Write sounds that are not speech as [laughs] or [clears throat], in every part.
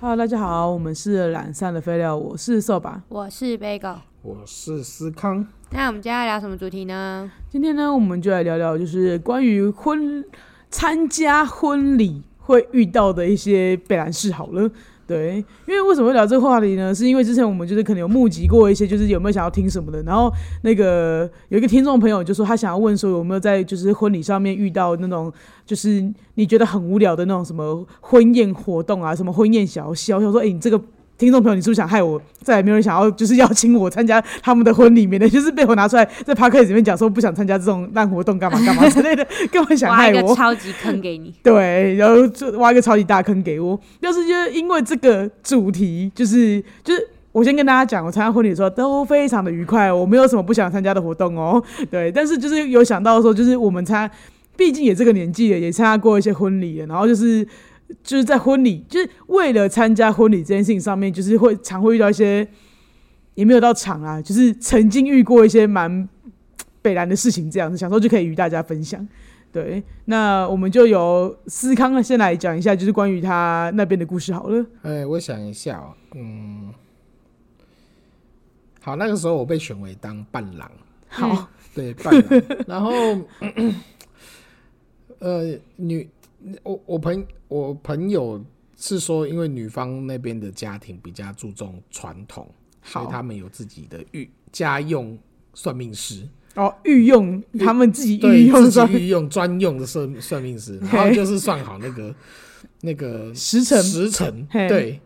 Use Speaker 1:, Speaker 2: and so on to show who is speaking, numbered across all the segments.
Speaker 1: Hello，大家好，我们是懒散的废料，我是瘦吧。
Speaker 2: 我是 Bagel。
Speaker 3: 我是思康，
Speaker 2: 那我们今天要聊什么主题呢？
Speaker 1: 今天呢，我们就来聊聊，就是关于婚参加婚礼会遇到的一些被难事好了。对，因为为什么会聊这个话题呢？是因为之前我们就是可能有募集过一些，就是有没有想要听什么的。然后那个有一个听众朋友就说他想要问说有没有在就是婚礼上面遇到那种就是你觉得很无聊的那种什么婚宴活动啊，什么婚宴小戏啊。我想说，哎、你这个听众朋友，你是不是想害我再也没有人想要就是邀请我参加他们的婚礼？免得就是被我拿出来在 p a r k 里面讲说不想参加这种烂活动干嘛干嘛之类的，根本想
Speaker 2: 挖
Speaker 1: 害
Speaker 2: 一
Speaker 1: [laughs]
Speaker 2: 个
Speaker 1: 我。。
Speaker 2: 超级坑给你
Speaker 1: 对，然后就挖一个超级大坑给我。但是就是因为这个主题，就是就是。我先跟大家讲，我参加婚礼的时候都非常的愉快，我没有什么不想参加的活动哦。对，但是就是有想到说，就是我们参，毕竟也这个年纪了，也参加过一些婚礼了，然后就是就是在婚礼，就是为了参加婚礼这件事情上面，就是会常会遇到一些，也没有到常啊，就是曾经遇过一些蛮北然的事情，这样子，想说就可以与大家分享。对，那我们就由思康先来讲一下，就是关于他那边的故事好了。
Speaker 3: 哎，我想一下哦，嗯，好，那个时候我被选为当伴郎，
Speaker 1: [laughs] 好，
Speaker 2: 嗯
Speaker 3: 对，伴郎，然后， [clears throat] 呃，女，我我朋我朋友是说，因为女方那边的家庭比较注重传统，所以
Speaker 1: 好
Speaker 3: 他们有自己的御家用算命师，
Speaker 1: 哦，御用他们自己
Speaker 3: 对
Speaker 1: 御用
Speaker 3: 自
Speaker 1: 上
Speaker 3: 己御用专用的算算命师，然后就是算好那个那个
Speaker 1: 时辰
Speaker 3: 时辰，
Speaker 1: 嘿
Speaker 3: 对。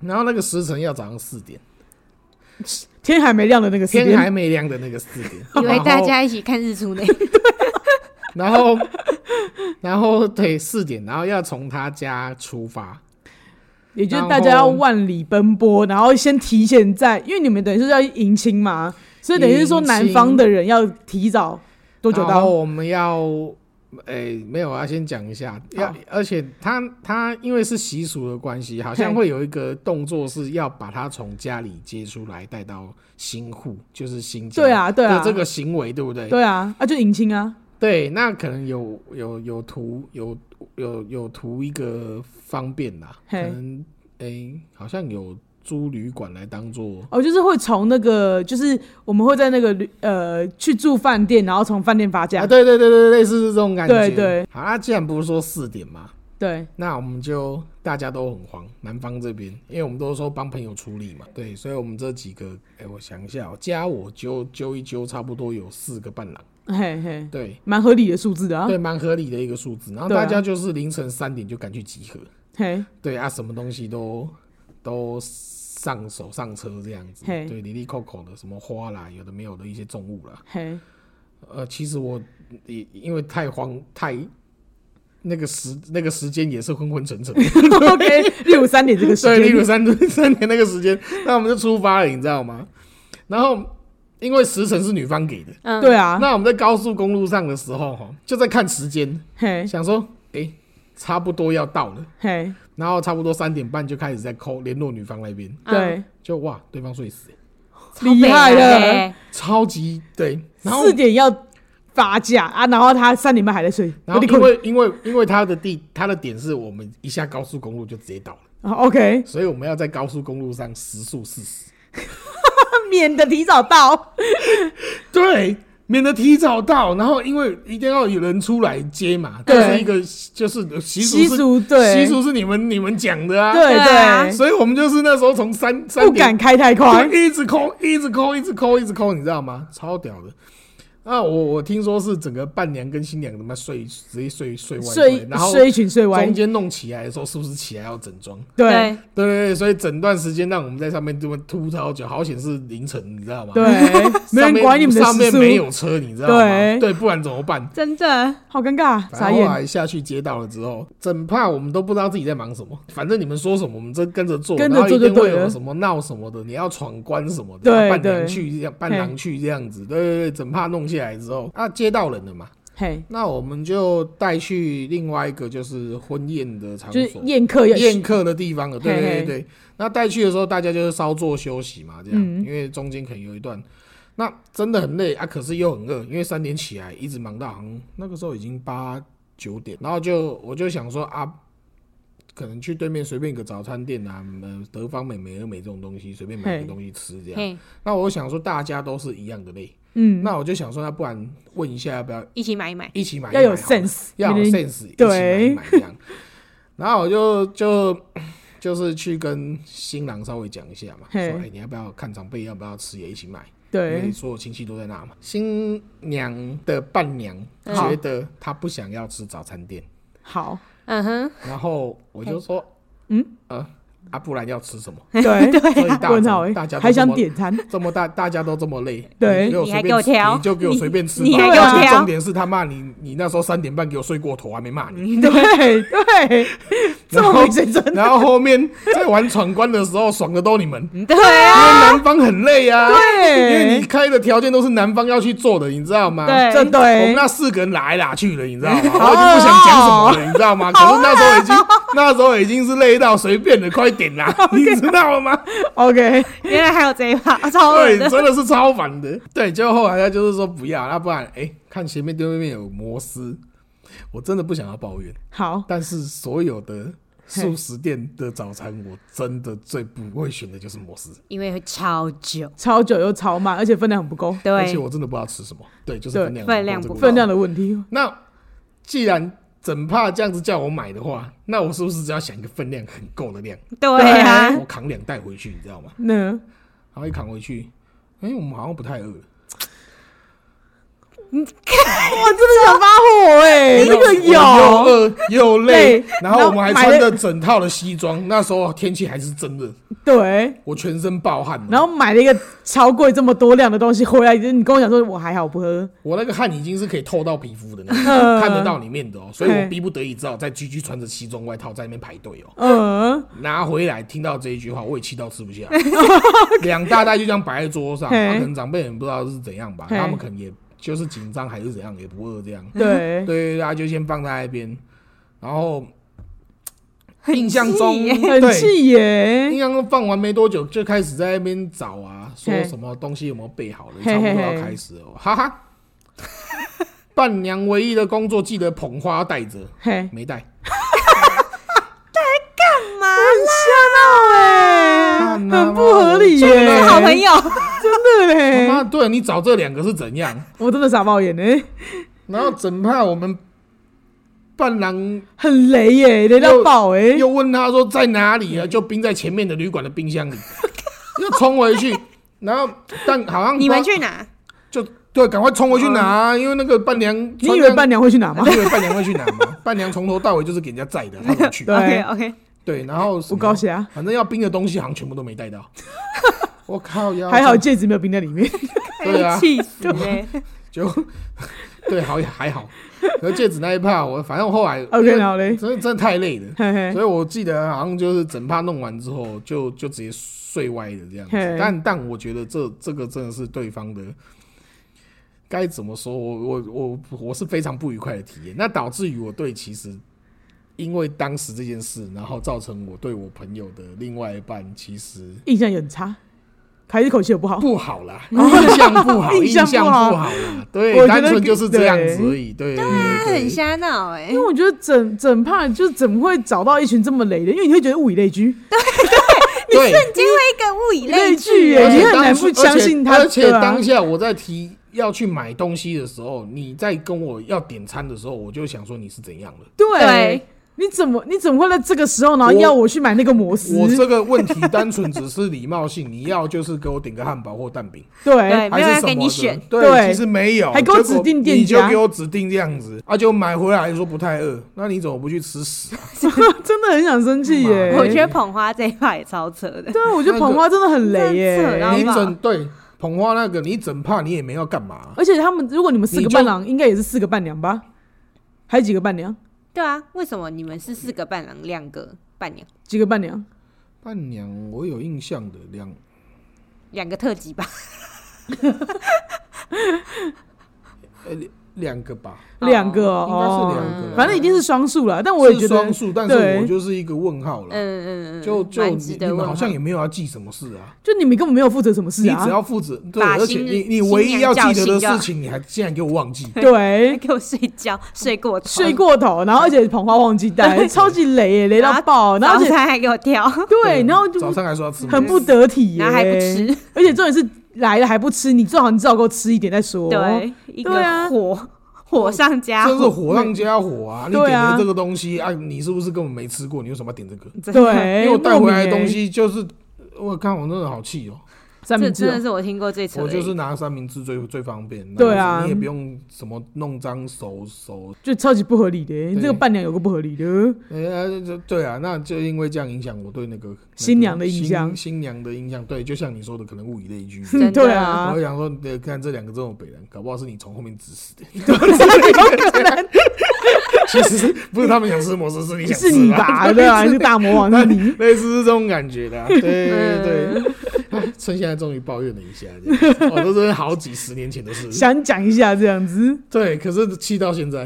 Speaker 3: 然后那个时辰要早上四点，
Speaker 1: [laughs] 天还没亮的那个时
Speaker 3: 天还
Speaker 1: 间，
Speaker 3: 没亮的那个
Speaker 1: [laughs]
Speaker 3: 四点，
Speaker 2: 以为
Speaker 3: 然后
Speaker 2: 大家一起看日出呢，
Speaker 3: 然后然后对四点，然后要从他家出发，
Speaker 1: 也就是大家要万里奔波，然后先提前在，因为你们等于是要迎亲嘛，所以等于是说
Speaker 3: 迎亲
Speaker 1: 南方的人要提早多久
Speaker 3: 然
Speaker 1: 到？
Speaker 3: 后啊我们要，诶、没有，我要啊先讲一下，要
Speaker 1: 好，
Speaker 3: 而且他他因为是习俗的关系，好像
Speaker 1: 嘿
Speaker 3: 会有一个动作是要把他从家里接出来，带到新户，就是新家
Speaker 1: 对啊，对啊
Speaker 3: 的，这个行为，对不对？
Speaker 1: 对啊，啊就迎亲啊，
Speaker 3: 对，那可能有有有图有有有图一个方便啦，可
Speaker 1: 嘿
Speaker 3: 能诶、好像有租旅馆来当做。
Speaker 1: 哦，就是会从那个，就是我们会在那个旅呃去住饭店，然后从饭店发家，
Speaker 3: 啊，对对对对，类似是这种感觉。
Speaker 1: 对对。
Speaker 3: 好，那既然不是说四点嘛，
Speaker 1: 对
Speaker 3: 那我们就大家都很慌，南方这边，因为我们都说帮朋友处理嘛，对，所以我们这几个，哎、我想一下、哦，加我揪揪一揪，差不多有四个伴郎，
Speaker 1: 嘿嘿，
Speaker 3: 对，
Speaker 1: 蛮合理的数字的啊，
Speaker 3: 对，蛮合理的一个数字。然后
Speaker 1: 对啊
Speaker 3: 大家就是凌晨三点就赶去集合，
Speaker 1: 嘿，
Speaker 3: 对啊，什么东西都都上手上车这样子，
Speaker 1: 嘿
Speaker 3: 对，里里扣扣的什么花啦，有的没有的一些重物啦， [laughs]
Speaker 1: 嘿，
Speaker 3: 呃，其实我也因为太慌太。那个时那个时间也是昏昏沉沉的，
Speaker 1: OK，例如 [laughs] 三点这个时
Speaker 3: 所以例
Speaker 1: 间，
Speaker 3: 如三三年那个时间，那我们就出发了，你知道吗？然后因为时辰是女方给的，
Speaker 2: 嗯，
Speaker 1: 对啊，
Speaker 3: 那我们在高速公路上的时候，哈，就在看时间，
Speaker 1: 嘿
Speaker 3: 想说，哎、差不多要到了，
Speaker 1: 嘿，
Speaker 3: 然后差不多三点半就开始在扣联络女方那边，
Speaker 2: 嗯，
Speaker 1: 对，
Speaker 3: 就哇，对方睡死、
Speaker 2: 超
Speaker 1: [laughs]
Speaker 2: 北
Speaker 1: 厉害
Speaker 2: 蓝
Speaker 1: 了
Speaker 2: 欸，
Speaker 3: 超级对，然后
Speaker 1: 四点要发假啊，然后他三点半还在睡，
Speaker 3: 然
Speaker 1: 我
Speaker 3: 后
Speaker 1: 得困
Speaker 3: 因为因为因为他的地他的点是我们一下高速公路就直接到了，
Speaker 1: 啊 OK，
Speaker 3: 所以我们要在高速公路上时速四十。
Speaker 1: 免得提早到，
Speaker 3: 对，免得提早到，然后因为一定要有人出来接嘛，这
Speaker 1: 对
Speaker 3: 是一个就是习俗
Speaker 1: 习
Speaker 3: 是
Speaker 1: 俗对
Speaker 3: 习俗是你们你们讲的啊，
Speaker 1: 对
Speaker 2: 对啊
Speaker 1: 对，
Speaker 3: 所以我们就是那时候从三三
Speaker 1: 不
Speaker 3: 点
Speaker 1: 敢开太快
Speaker 3: 对，一直抠，一直抠，一直抠，一直抠，你知道吗？超屌的。啊，我我听说是整个伴娘跟新娘他妈睡直接睡睡歪
Speaker 1: 睡
Speaker 3: 歪，然后
Speaker 1: 睡一群睡歪
Speaker 3: 中，间弄起来的时候，是不是起来要整装？
Speaker 1: 对
Speaker 2: 对，
Speaker 3: 对对对，所以整段时间让我们在上面这么吐超久，好险是凌晨，你知道吗？
Speaker 1: 对，没
Speaker 3: [laughs] 上
Speaker 1: 人
Speaker 3: 面
Speaker 1: 管你们的
Speaker 3: 上
Speaker 1: 时
Speaker 3: 面
Speaker 1: 速，
Speaker 3: 没有车，你知道吗？
Speaker 1: 对
Speaker 3: 对，不然怎么办？
Speaker 2: 真的，
Speaker 1: 好尴尬，啊傻
Speaker 3: 反正后
Speaker 1: 眼，
Speaker 3: 来下去接到了之后，整怕我们都不知道自己在忙什么，反正你们说什么我们真跟着做，
Speaker 1: 跟着做
Speaker 3: 然后一定
Speaker 1: 就
Speaker 3: 会
Speaker 1: 对了
Speaker 3: 有什么闹什么的，你要闯关什么的，
Speaker 1: 对
Speaker 3: 伴
Speaker 1: 对
Speaker 3: 娘去这样，伴娘去这样子，对对对，整怕弄下来之后，啊，接到人了嘛，
Speaker 1: 嘿，
Speaker 3: 那我们就带去另外一个就是婚宴的场
Speaker 1: 就是
Speaker 3: 所。
Speaker 1: 宴客要
Speaker 3: 宴客的地方了，对
Speaker 1: 嘿
Speaker 3: 对
Speaker 1: 嘿
Speaker 3: 对对。那带去的时候，大家就是稍作休息嘛，这样，
Speaker 1: 嗯
Speaker 3: 因为中间可能有一段，那真的很累啊，可是又很饿，因为三点起来一直忙到好像那个时候已经八九点，然后就我就想说啊，可能去对面随便一个早餐店啊，呃，德芳美、美而美这种东西，随便买个东西吃这样。
Speaker 2: 嘿，
Speaker 3: 那我想说大家都是一样的累，
Speaker 1: 嗯，
Speaker 3: 那我就想说，那不然问一下要不要
Speaker 2: 一起买一买，
Speaker 3: 一起买一买
Speaker 1: 要有
Speaker 3: 好了
Speaker 1: sense，
Speaker 3: 要有
Speaker 1: 你的
Speaker 3: sense，
Speaker 1: 对
Speaker 3: 一起买一买这样。然后我就就就是去跟新郎稍微讲一下嘛，说
Speaker 1: 嘿
Speaker 3: 哎、你要不要看长辈，要不要吃也一起买，因为
Speaker 1: 对，
Speaker 3: 所有亲戚都在那嘛。新娘的伴娘
Speaker 2: 嗯
Speaker 3: 觉得她不想要吃早餐店， [laughs]
Speaker 1: 好，
Speaker 2: 嗯哼，
Speaker 3: 然后我就说，
Speaker 1: 嗯，
Speaker 3: 呃，啊，不然要吃什么？
Speaker 1: 对，
Speaker 3: 所以大
Speaker 1: 问号
Speaker 3: 家
Speaker 1: 哎
Speaker 3: 大家，都
Speaker 1: 还
Speaker 3: 这
Speaker 1: 想
Speaker 3: 么
Speaker 1: 点餐，
Speaker 3: 这么大，大家都这么累，
Speaker 1: [laughs] 对
Speaker 3: 你给我
Speaker 2: 你
Speaker 3: 随
Speaker 2: 还给
Speaker 3: 便
Speaker 2: 我挑
Speaker 3: 你就给我
Speaker 2: 你
Speaker 3: 随便吃吧。
Speaker 2: 你还
Speaker 1: 给我
Speaker 3: 而且
Speaker 2: 挑
Speaker 3: 重点是他骂你，你那时候三点半给我睡过头，还没骂
Speaker 1: [laughs]
Speaker 3: 你。
Speaker 1: 对对，这么没水准，
Speaker 3: 然后后面在玩闯关的时候，爽的都你们，因为
Speaker 2: 对啊，
Speaker 3: 男方很累啊。因为
Speaker 1: 对
Speaker 3: 你，开的条件都是男方要去做的，你知道吗？
Speaker 2: 对
Speaker 1: 这
Speaker 3: 我们
Speaker 1: 对，
Speaker 3: 那四个人拉来拉去的，你知道吗？我已经不想讲什么了，你知道吗？可是那时候已经，那时候已经是累到随便的，快点啦，你知道吗？
Speaker 1: OK，
Speaker 2: 原来还有这一
Speaker 1: [laughs]
Speaker 2: 把，
Speaker 1: 哎
Speaker 2: 啊超恶
Speaker 3: 对，
Speaker 2: 的，
Speaker 3: 真的是超烦的。对，结果后来他就是说不要，那不然，哎、看前面对面有摩斯，我真的不想要抱怨，
Speaker 1: 好，
Speaker 3: 但是所有的素食店的早餐，我真的最不会选的就是摩斯，
Speaker 2: 因为会超久，
Speaker 1: 超久又超慢，而且分量很不够，
Speaker 3: 而且
Speaker 2: 对，
Speaker 3: 我真的不知道吃什么。对，就是
Speaker 1: 对
Speaker 3: 分量
Speaker 2: 分量
Speaker 3: 不
Speaker 2: 不
Speaker 3: 够
Speaker 2: 够
Speaker 1: 分量。的问题，
Speaker 3: 那既然整怕这样子叫我买的话，那我是不是只要想一个分量很够的量，
Speaker 2: 对啊，
Speaker 3: 我扛两袋回去，你知道吗？
Speaker 1: 那
Speaker 3: 然后一扛回去，哎、我们好像不太饿了。
Speaker 1: 我真的想发火哎、那个
Speaker 3: 又
Speaker 1: 有，
Speaker 3: 饿又累
Speaker 1: 累，
Speaker 3: 然后我们还穿
Speaker 1: 然后
Speaker 3: 着
Speaker 1: 买
Speaker 3: 整套的西装，那时候天气还是真热，
Speaker 1: 对，
Speaker 3: 我全身暴汗，
Speaker 1: 然后买了一个超贵这么多量的东西回来，你跟我讲说我还好不喝，
Speaker 3: 我那个汗已经是可以透到皮肤的那种，
Speaker 1: 嗯
Speaker 3: 看得到里面的哦，所以
Speaker 1: 嘿
Speaker 3: 我逼不得已只好在居居穿着西装外套在那边排队哦。
Speaker 1: 嗯，
Speaker 3: 拿回来听到这一句话，我也气到
Speaker 1: [laughs]
Speaker 3: 吃不下，两大袋就这样摆在桌上，啊
Speaker 1: 嘿
Speaker 3: 他可能长辈也不知道是怎样吧，
Speaker 1: 嘿
Speaker 3: 他们可能也就是紧张还是怎样，也不饿这样，
Speaker 1: 对，
Speaker 3: 对，大家就先放在那边，然后
Speaker 2: 很
Speaker 3: 印象中
Speaker 2: 气耶
Speaker 1: 很
Speaker 3: 对
Speaker 1: 气耶、
Speaker 3: 印象中放完没多久，就开始在那边找啊，说
Speaker 1: 嘿
Speaker 3: 什么东西有没有备好了，
Speaker 1: 嘿
Speaker 3: 差不多
Speaker 1: 嘿嘿
Speaker 3: 要开始了哦，哈哈。伴娘唯一的工作，记得捧花带着，
Speaker 1: 嘿，
Speaker 3: 没带。
Speaker 2: 妈，
Speaker 1: 很瞎闹哎、
Speaker 3: 看啊
Speaker 1: 很不合理耶、
Speaker 2: 真的好
Speaker 1: [laughs]
Speaker 2: 朋友，
Speaker 1: 真的嘞、
Speaker 3: 妈，对你找这两个是怎样？
Speaker 1: 我真的傻冒眼哎、
Speaker 3: 然后整怕我们伴郎
Speaker 1: 很雷耶、雷到爆哎、
Speaker 3: 又问他说在哪里啊，就冰在前面的旅馆的冰箱里，又冲回去。然后，但好像
Speaker 2: 你们
Speaker 3: 不知
Speaker 2: 去哪？
Speaker 3: 道就对，赶快冲回去拿啊，因为那个伴娘，
Speaker 1: 哦你以为伴娘会
Speaker 3: [laughs]
Speaker 1: 去哪吗？
Speaker 3: 你以为伴娘会去拿吗？ [laughs] 伴娘从头到尾就是给人家载的，她不去。
Speaker 1: [laughs] 对
Speaker 2: OK OK，
Speaker 3: 对，然后什
Speaker 1: 我
Speaker 3: 么
Speaker 1: 高啊血压，
Speaker 3: 反正要冰的东西好像全部都没带
Speaker 1: [laughs]
Speaker 3: 到。我靠呀！
Speaker 1: 还好戒指没有冰在里面，
Speaker 3: 对啊
Speaker 2: 气死嘞！
Speaker 3: 就 [laughs] 对，好也还好。可是戒指那一趴，我反正我后来
Speaker 1: OK，
Speaker 3: 因为
Speaker 1: 好嘞
Speaker 3: 真的真的太累了，
Speaker 1: [laughs] 嘿嘿
Speaker 3: 所以我记得好像就是整趴弄完之后就就直接睡歪了这样子
Speaker 1: 嘿。
Speaker 3: 但但我觉得这这个真的是对方的。该怎么说？我我我我是非常不愉快的体验，那导致于我对其实因为当时这件事，然后造成我对我朋友的另外一半其实
Speaker 1: 印象也很差，还是口气也不好。
Speaker 3: 不
Speaker 1: [laughs]
Speaker 3: 好啦，印象不好，
Speaker 1: 印
Speaker 3: 印象
Speaker 1: 象
Speaker 3: 不
Speaker 1: 不
Speaker 3: 好
Speaker 1: 好
Speaker 3: 啦，对，
Speaker 1: 我觉
Speaker 3: 单
Speaker 1: 得
Speaker 3: 纯就是这样子
Speaker 1: 对
Speaker 3: 而已，对，对
Speaker 2: 他很
Speaker 3: 对
Speaker 2: 瞎闹哎
Speaker 1: 因，为我觉得整整怕就是怎么会找到一群这么雷的？因为你会觉得物以类聚，
Speaker 3: 对，
Speaker 2: 因为一个物以
Speaker 1: 类
Speaker 2: 类聚
Speaker 1: 聚
Speaker 2: 耶
Speaker 1: 耶
Speaker 3: 而且
Speaker 1: 你很
Speaker 3: 哎当
Speaker 1: 难
Speaker 3: 时
Speaker 1: 不相信他
Speaker 3: 而且而且
Speaker 1: 对啊
Speaker 3: 当下我在提要去买东西的时候，你在跟我要点餐的时候，我就想说你是怎样的？
Speaker 1: 对，
Speaker 2: 对
Speaker 1: 你怎么你怎么会在这个时候然后要我去买那个摩斯？
Speaker 3: 我这个问题单纯只是礼貌性，你要就是给我点个汉堡或蛋饼，
Speaker 1: 对
Speaker 2: 对
Speaker 3: 还
Speaker 2: 没有
Speaker 3: 是
Speaker 2: 要
Speaker 3: 什
Speaker 2: 给
Speaker 3: 么
Speaker 2: 你
Speaker 3: 的
Speaker 2: 选？
Speaker 3: 对，
Speaker 1: 对
Speaker 3: 其实没有，
Speaker 1: 还给我
Speaker 3: 结果
Speaker 1: 指定店
Speaker 3: 你就
Speaker 1: 家
Speaker 3: 给我指定这样子，啊，就买回来说不太饿，那你怎么不去吃屎啊？
Speaker 1: [laughs] 真的很想生气耶、
Speaker 2: 我觉得捧花这一把也超扯的，
Speaker 1: 对，我觉得捧花真的很雷耶、
Speaker 2: 那
Speaker 3: [laughs]
Speaker 2: 个然后
Speaker 3: 你
Speaker 2: 吧
Speaker 3: 整对捧花那个，你整怕你也没要干嘛、
Speaker 1: 而且他们，如果你们四
Speaker 3: 你
Speaker 1: 个
Speaker 3: 就
Speaker 1: 伴郎，应该也是四个伴娘吧？还有几个伴娘？
Speaker 2: 对啊，为什么你们是四个伴郎，两个伴娘，
Speaker 1: 几个伴娘？
Speaker 3: 伴娘，我有印象的两
Speaker 2: 两个特级吧？
Speaker 3: 两个吧，
Speaker 1: [laughs] 两个
Speaker 3: 应该是
Speaker 1: 哦，
Speaker 2: 嗯
Speaker 3: 两个啦，
Speaker 1: 反正一定是双数了。但我也觉
Speaker 3: 是
Speaker 1: 得
Speaker 3: 双，数，但是
Speaker 1: 对
Speaker 3: 我就是一个问号了。
Speaker 2: 嗯嗯嗯，
Speaker 3: 就
Speaker 2: 嗯
Speaker 3: 就
Speaker 2: 蛮
Speaker 3: 你
Speaker 2: 值
Speaker 3: 你
Speaker 2: 得
Speaker 3: 们
Speaker 2: 问
Speaker 3: 好
Speaker 2: 号
Speaker 3: 像也没有要记什么事啊，
Speaker 1: 就你们根本没有负责什么事
Speaker 3: 你
Speaker 1: 啊，
Speaker 3: 只。要负责对，
Speaker 2: 把
Speaker 3: 而且
Speaker 2: 新
Speaker 3: 你你
Speaker 2: 新
Speaker 3: 唯一
Speaker 2: 娘
Speaker 3: 要
Speaker 2: 叫
Speaker 3: 记得
Speaker 2: 醒
Speaker 3: 的
Speaker 2: 就
Speaker 3: 事情，你还竟然给我忘记
Speaker 1: 对
Speaker 2: 还， [laughs] 给我睡觉，睡过头，
Speaker 1: 睡过头，然后而且捧花忘记带，超级雷耶，雷到爆，然后
Speaker 2: 然后嗯
Speaker 1: 而且
Speaker 2: 他还给我
Speaker 1: [laughs]
Speaker 2: 跳，
Speaker 1: [laughs] 对，然后就
Speaker 3: 啊早上还说要吃
Speaker 1: 很不得体耶，
Speaker 2: 嗯然后还不吃，
Speaker 1: 而且重点是来了还不吃，你最好你至少给我吃一点再说。，
Speaker 2: 对，一
Speaker 1: 对啊
Speaker 2: 个火火上加
Speaker 3: 真是
Speaker 2: 火，
Speaker 3: 火上加火啊！你
Speaker 1: 对
Speaker 3: 点
Speaker 1: 啊
Speaker 3: 的这个东西啊，你是不是根本没吃过？你为什么要点这个？
Speaker 2: 真的，
Speaker 1: 对，
Speaker 3: 因为我带回
Speaker 1: 哎莫名
Speaker 3: 来的
Speaker 1: 耶
Speaker 3: 东西就是，我看我真的好气哦！
Speaker 1: 三
Speaker 2: 这
Speaker 1: 明治
Speaker 2: 真
Speaker 1: 哦
Speaker 2: 的是我听过最扯
Speaker 3: 我
Speaker 2: 的
Speaker 3: 就
Speaker 2: 一
Speaker 3: 是
Speaker 2: 个，
Speaker 3: 拿三明治最最方便，
Speaker 1: 对啊
Speaker 3: 然后你也不用什么弄脏手手，
Speaker 1: 就超级不合理的耶，你这个伴娘有个不合理的，
Speaker 3: 呃，就对啊，那就因为这样影响我对那个
Speaker 1: 新娘的印象
Speaker 3: 新新娘的印象，对，就像你说的，可能物以
Speaker 1: [laughs]
Speaker 3: 类聚。
Speaker 2: 真的
Speaker 1: 对啊
Speaker 2: [laughs]
Speaker 3: 我，就想说，对，看这两个这种北人，搞不好是你从后面指使的。 [laughs]
Speaker 1: 有可能
Speaker 3: 其实是不是他们想吃摩斯，是你想吃
Speaker 1: 是你吧？对啊，你
Speaker 3: [laughs]
Speaker 1: 是大魔王是你。嗯
Speaker 3: 类似是这种感觉
Speaker 1: [laughs]
Speaker 3: 的啊、对对对。哎趁现在终于抱怨了一下，这样子哦，这真是好几十年前的事。
Speaker 1: 想讲一 [laughs] 下这样子，
Speaker 3: 对，可是气到现在，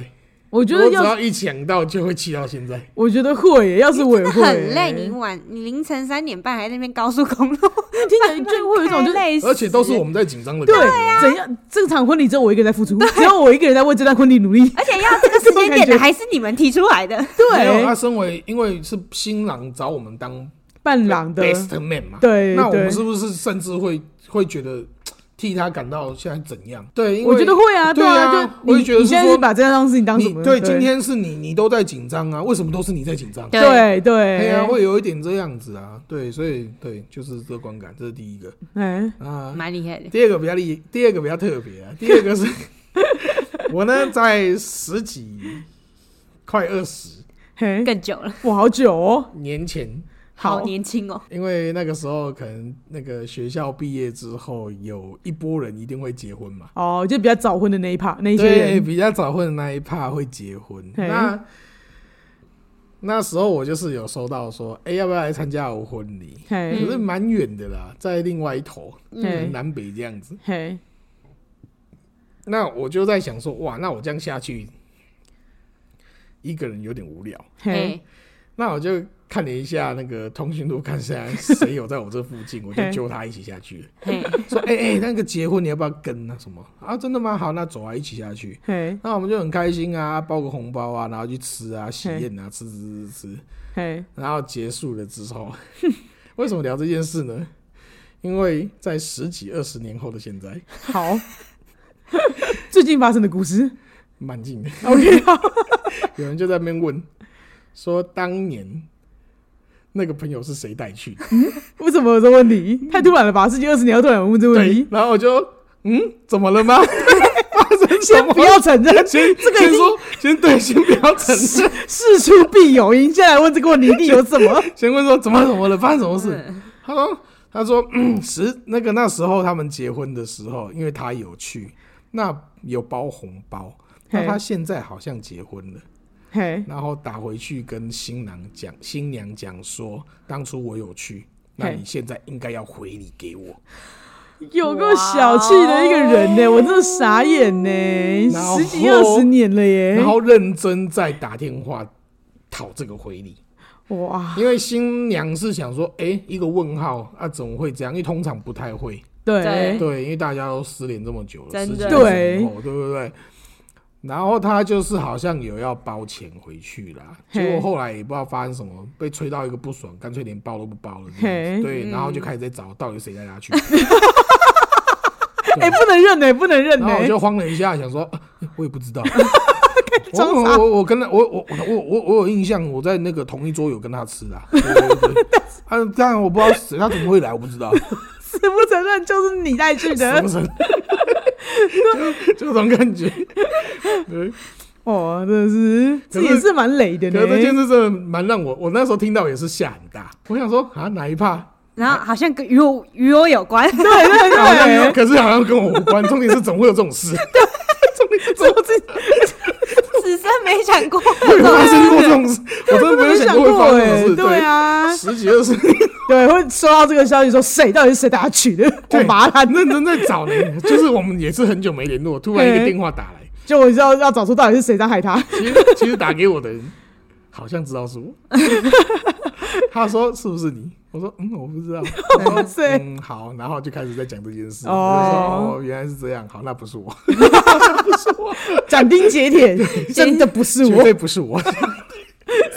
Speaker 1: 我
Speaker 3: 我
Speaker 1: 觉得
Speaker 3: 只
Speaker 1: 要，
Speaker 3: 要一想到就会气到现在。
Speaker 1: 我觉得会耶，要是我也
Speaker 2: 真
Speaker 1: 会
Speaker 2: 的
Speaker 1: 耶，
Speaker 2: 很累。你晚，你凌晨三点半还在那边高速公路，
Speaker 1: 那听起来就会有一种就是
Speaker 2: 太累死
Speaker 3: 而且都是我们在紧张的感
Speaker 1: 对啊
Speaker 3: 觉。，
Speaker 1: 怎样？这场婚礼只有我一个人在付出，只有我一个人在为这段婚礼努力。
Speaker 2: 而且要这个时间
Speaker 1: [laughs]
Speaker 2: 点的还是你们提出来的，
Speaker 3: 没有啊他
Speaker 1: 对，
Speaker 3: 身为因为是新郎找我们当
Speaker 1: 伴郎的，
Speaker 3: best man 嘛，
Speaker 1: 对
Speaker 3: 那我
Speaker 1: 对
Speaker 3: 们是不是甚至会会觉得替他感到现在怎样？对，因为
Speaker 1: 我觉得会啊，
Speaker 3: 对
Speaker 1: 啊，
Speaker 3: 啊
Speaker 1: 就
Speaker 3: 我
Speaker 1: 你
Speaker 3: 也觉得
Speaker 1: 你
Speaker 3: 是
Speaker 1: 现在
Speaker 3: 说
Speaker 1: 是把这件事情当什
Speaker 3: 你
Speaker 1: 么？
Speaker 3: 对今天是你，你都在紧张啊，为什么都是你在紧张？
Speaker 1: 对对，
Speaker 3: 对啊，会有一点这样子啊，对，所以对，就是这个观感，这是第一个
Speaker 1: 哎，
Speaker 3: 啊。
Speaker 2: 蛮厉害的，
Speaker 3: 第二个比较厉，第二个比较特别
Speaker 1: [laughs]
Speaker 3: 啊。第二个是， [laughs] 我呢在十几、快二十
Speaker 1: 嘿，
Speaker 2: 更久了，
Speaker 1: 哇，好久哦，
Speaker 3: 年前，
Speaker 2: 好年轻哦，
Speaker 3: 因为那个时候可能那个学校毕业之后，有一波人一定会结婚嘛，
Speaker 1: 哦，就比较早婚的那一趴，那一些
Speaker 3: 对，
Speaker 1: 人，
Speaker 3: 比较早婚的那一趴会结婚。
Speaker 1: 嘿
Speaker 3: 那那时候我就是有收到说，哎、要不要来参加我婚礼？可
Speaker 1: 嘿
Speaker 3: 是蛮远的啦，在另外一头，
Speaker 1: 嗯
Speaker 3: 南北这样子。
Speaker 1: 嘿，
Speaker 3: 那我就在想说，哇，那我这样下去，一个人有点无聊。
Speaker 1: 嘿，
Speaker 3: 那我就看了一下那个通讯录，看现在谁有在我这附
Speaker 1: [laughs]
Speaker 3: 近，我就
Speaker 1: 嘿
Speaker 3: 揪他一起下去了。
Speaker 2: 嘿，
Speaker 3: 说，哎、哎、那个结婚你要不要跟啊？什么啊？真的吗？好，那走啊，一起下去。
Speaker 1: 嘿，
Speaker 3: 那我们就很开心啊，包个红包啊，然后去吃啊，喜宴啊，吃吃吃吃。
Speaker 1: 嘿，
Speaker 3: 然后结束了之后， [laughs] 为什么聊这件事呢？因为在十几二十年后的现在，
Speaker 1: 好， [laughs] 最近发生的故事 [laughs]
Speaker 3: 蛮近的，
Speaker 1: ，OK，好，
Speaker 3: 有人就在那边问，说当年那个朋友是谁带去的？
Speaker 1: 为什么有这问题？太突然了吧？是近二十年要突然问这问
Speaker 3: 对
Speaker 1: 题，，
Speaker 3: 然后我就嗯，怎么了吗？发生什
Speaker 1: [laughs] 先
Speaker 3: 么
Speaker 1: 不？
Speaker 3: [laughs]
Speaker 1: 要承认，
Speaker 3: 先
Speaker 1: 这个已
Speaker 3: 先
Speaker 1: 经
Speaker 3: 说，先对，先不要承认，
Speaker 1: [laughs] 事出必有因，现在问这个问题一定有什 [laughs] 么？
Speaker 3: 先问说怎么怎么了，发生什么事？
Speaker 2: 嗯
Speaker 3: 他说他说嗯，十那个那时候他们结婚的时候，因为他有去，那有包红包。那
Speaker 1: 嘿
Speaker 3: 他现在好像结婚了，
Speaker 1: 嘿，
Speaker 3: 然后打回去跟新郎讲，新娘讲说，当初我有去，那
Speaker 1: 嘿
Speaker 3: 你现在应该要回礼给我。
Speaker 1: 有个小气的一个人呢，我真的傻眼呢，
Speaker 3: 然后
Speaker 1: 十几二十年了耶
Speaker 3: 然，后认真再打电话讨这个回礼，
Speaker 1: 哇，
Speaker 3: 因为新娘是想说，哎、一个问号啊，怎么会这样？因为通常不太会，
Speaker 1: 对
Speaker 2: 对
Speaker 3: [laughs] 对，因为大家都失联这么久了，
Speaker 2: 真
Speaker 3: 十
Speaker 2: 的
Speaker 3: 几二十年后，对不对？然后他就是好像有要包钱回去啦，
Speaker 1: 嘿
Speaker 3: 结果后来也不知道发生什么，被吹到一个不爽，干脆连包都不包了这样
Speaker 1: 嘿
Speaker 3: 子。对，然后就
Speaker 2: 嗯
Speaker 3: 开始在找到底谁带
Speaker 1: [laughs]
Speaker 3: 他去。
Speaker 1: 哎、不能认呢、不能认呢、
Speaker 3: 然后我就慌了一下，想说，呃我也不
Speaker 1: [laughs]
Speaker 3: 知道。我
Speaker 1: 装傻
Speaker 3: 我我跟他我我我我我有印象，我在那个同一桌有跟他吃的啊，对对
Speaker 1: [laughs]
Speaker 3: 对啊，但我不知道谁他怎么会来，我不知道，
Speaker 1: 死不承认就是你带去
Speaker 3: 是
Speaker 1: 的
Speaker 3: 不。是？ [laughs] 就就这种感觉。对，
Speaker 1: 哦，真的是，这
Speaker 3: 可是
Speaker 1: 也是蛮累的
Speaker 3: 可是这哎件
Speaker 1: 呢。
Speaker 3: 事真的蛮让我，我那时候听到也是吓很大。我想说啊，哪一怕？
Speaker 2: [laughs] 然后好像跟与我与我有关，
Speaker 1: 对对
Speaker 3: 好像有
Speaker 1: 对，
Speaker 3: 可是好像跟我无关。重点是怎么会有这种事？
Speaker 1: 怎么 [laughs] 这
Speaker 2: [laughs] 此生没想
Speaker 3: [laughs]
Speaker 2: 过，哦
Speaker 3: 会发生过这种事？我真的没有
Speaker 1: 没
Speaker 3: 想
Speaker 1: 想
Speaker 3: 过会发
Speaker 1: 过
Speaker 3: 生
Speaker 1: 哎、
Speaker 3: 这种事。
Speaker 1: 对，啊，
Speaker 3: 十几二十年
Speaker 1: [laughs] 对，会收到这个消息说谁到底是谁带他去的？我
Speaker 3: 对
Speaker 1: 麻烦。
Speaker 3: 认真在找呢，就是我们也是很久没联络，突然一个电话打来，
Speaker 1: [laughs] 就我知道要找出到底是谁伤害他。
Speaker 3: 其实其实打给我的人好像知道
Speaker 1: [laughs]
Speaker 3: 是我，他说是不是你？我说嗯，我不
Speaker 1: [laughs]
Speaker 3: 知道。他说
Speaker 1: 哇塞
Speaker 3: 嗯，好，然后就开始在讲这件事。
Speaker 1: 哦
Speaker 3: 我就说哦，原来是这样，好，那不
Speaker 1: [laughs]
Speaker 3: 是我，
Speaker 1: 斩钉截铁，真的不是
Speaker 3: 绝
Speaker 1: 我，
Speaker 3: 对不是我，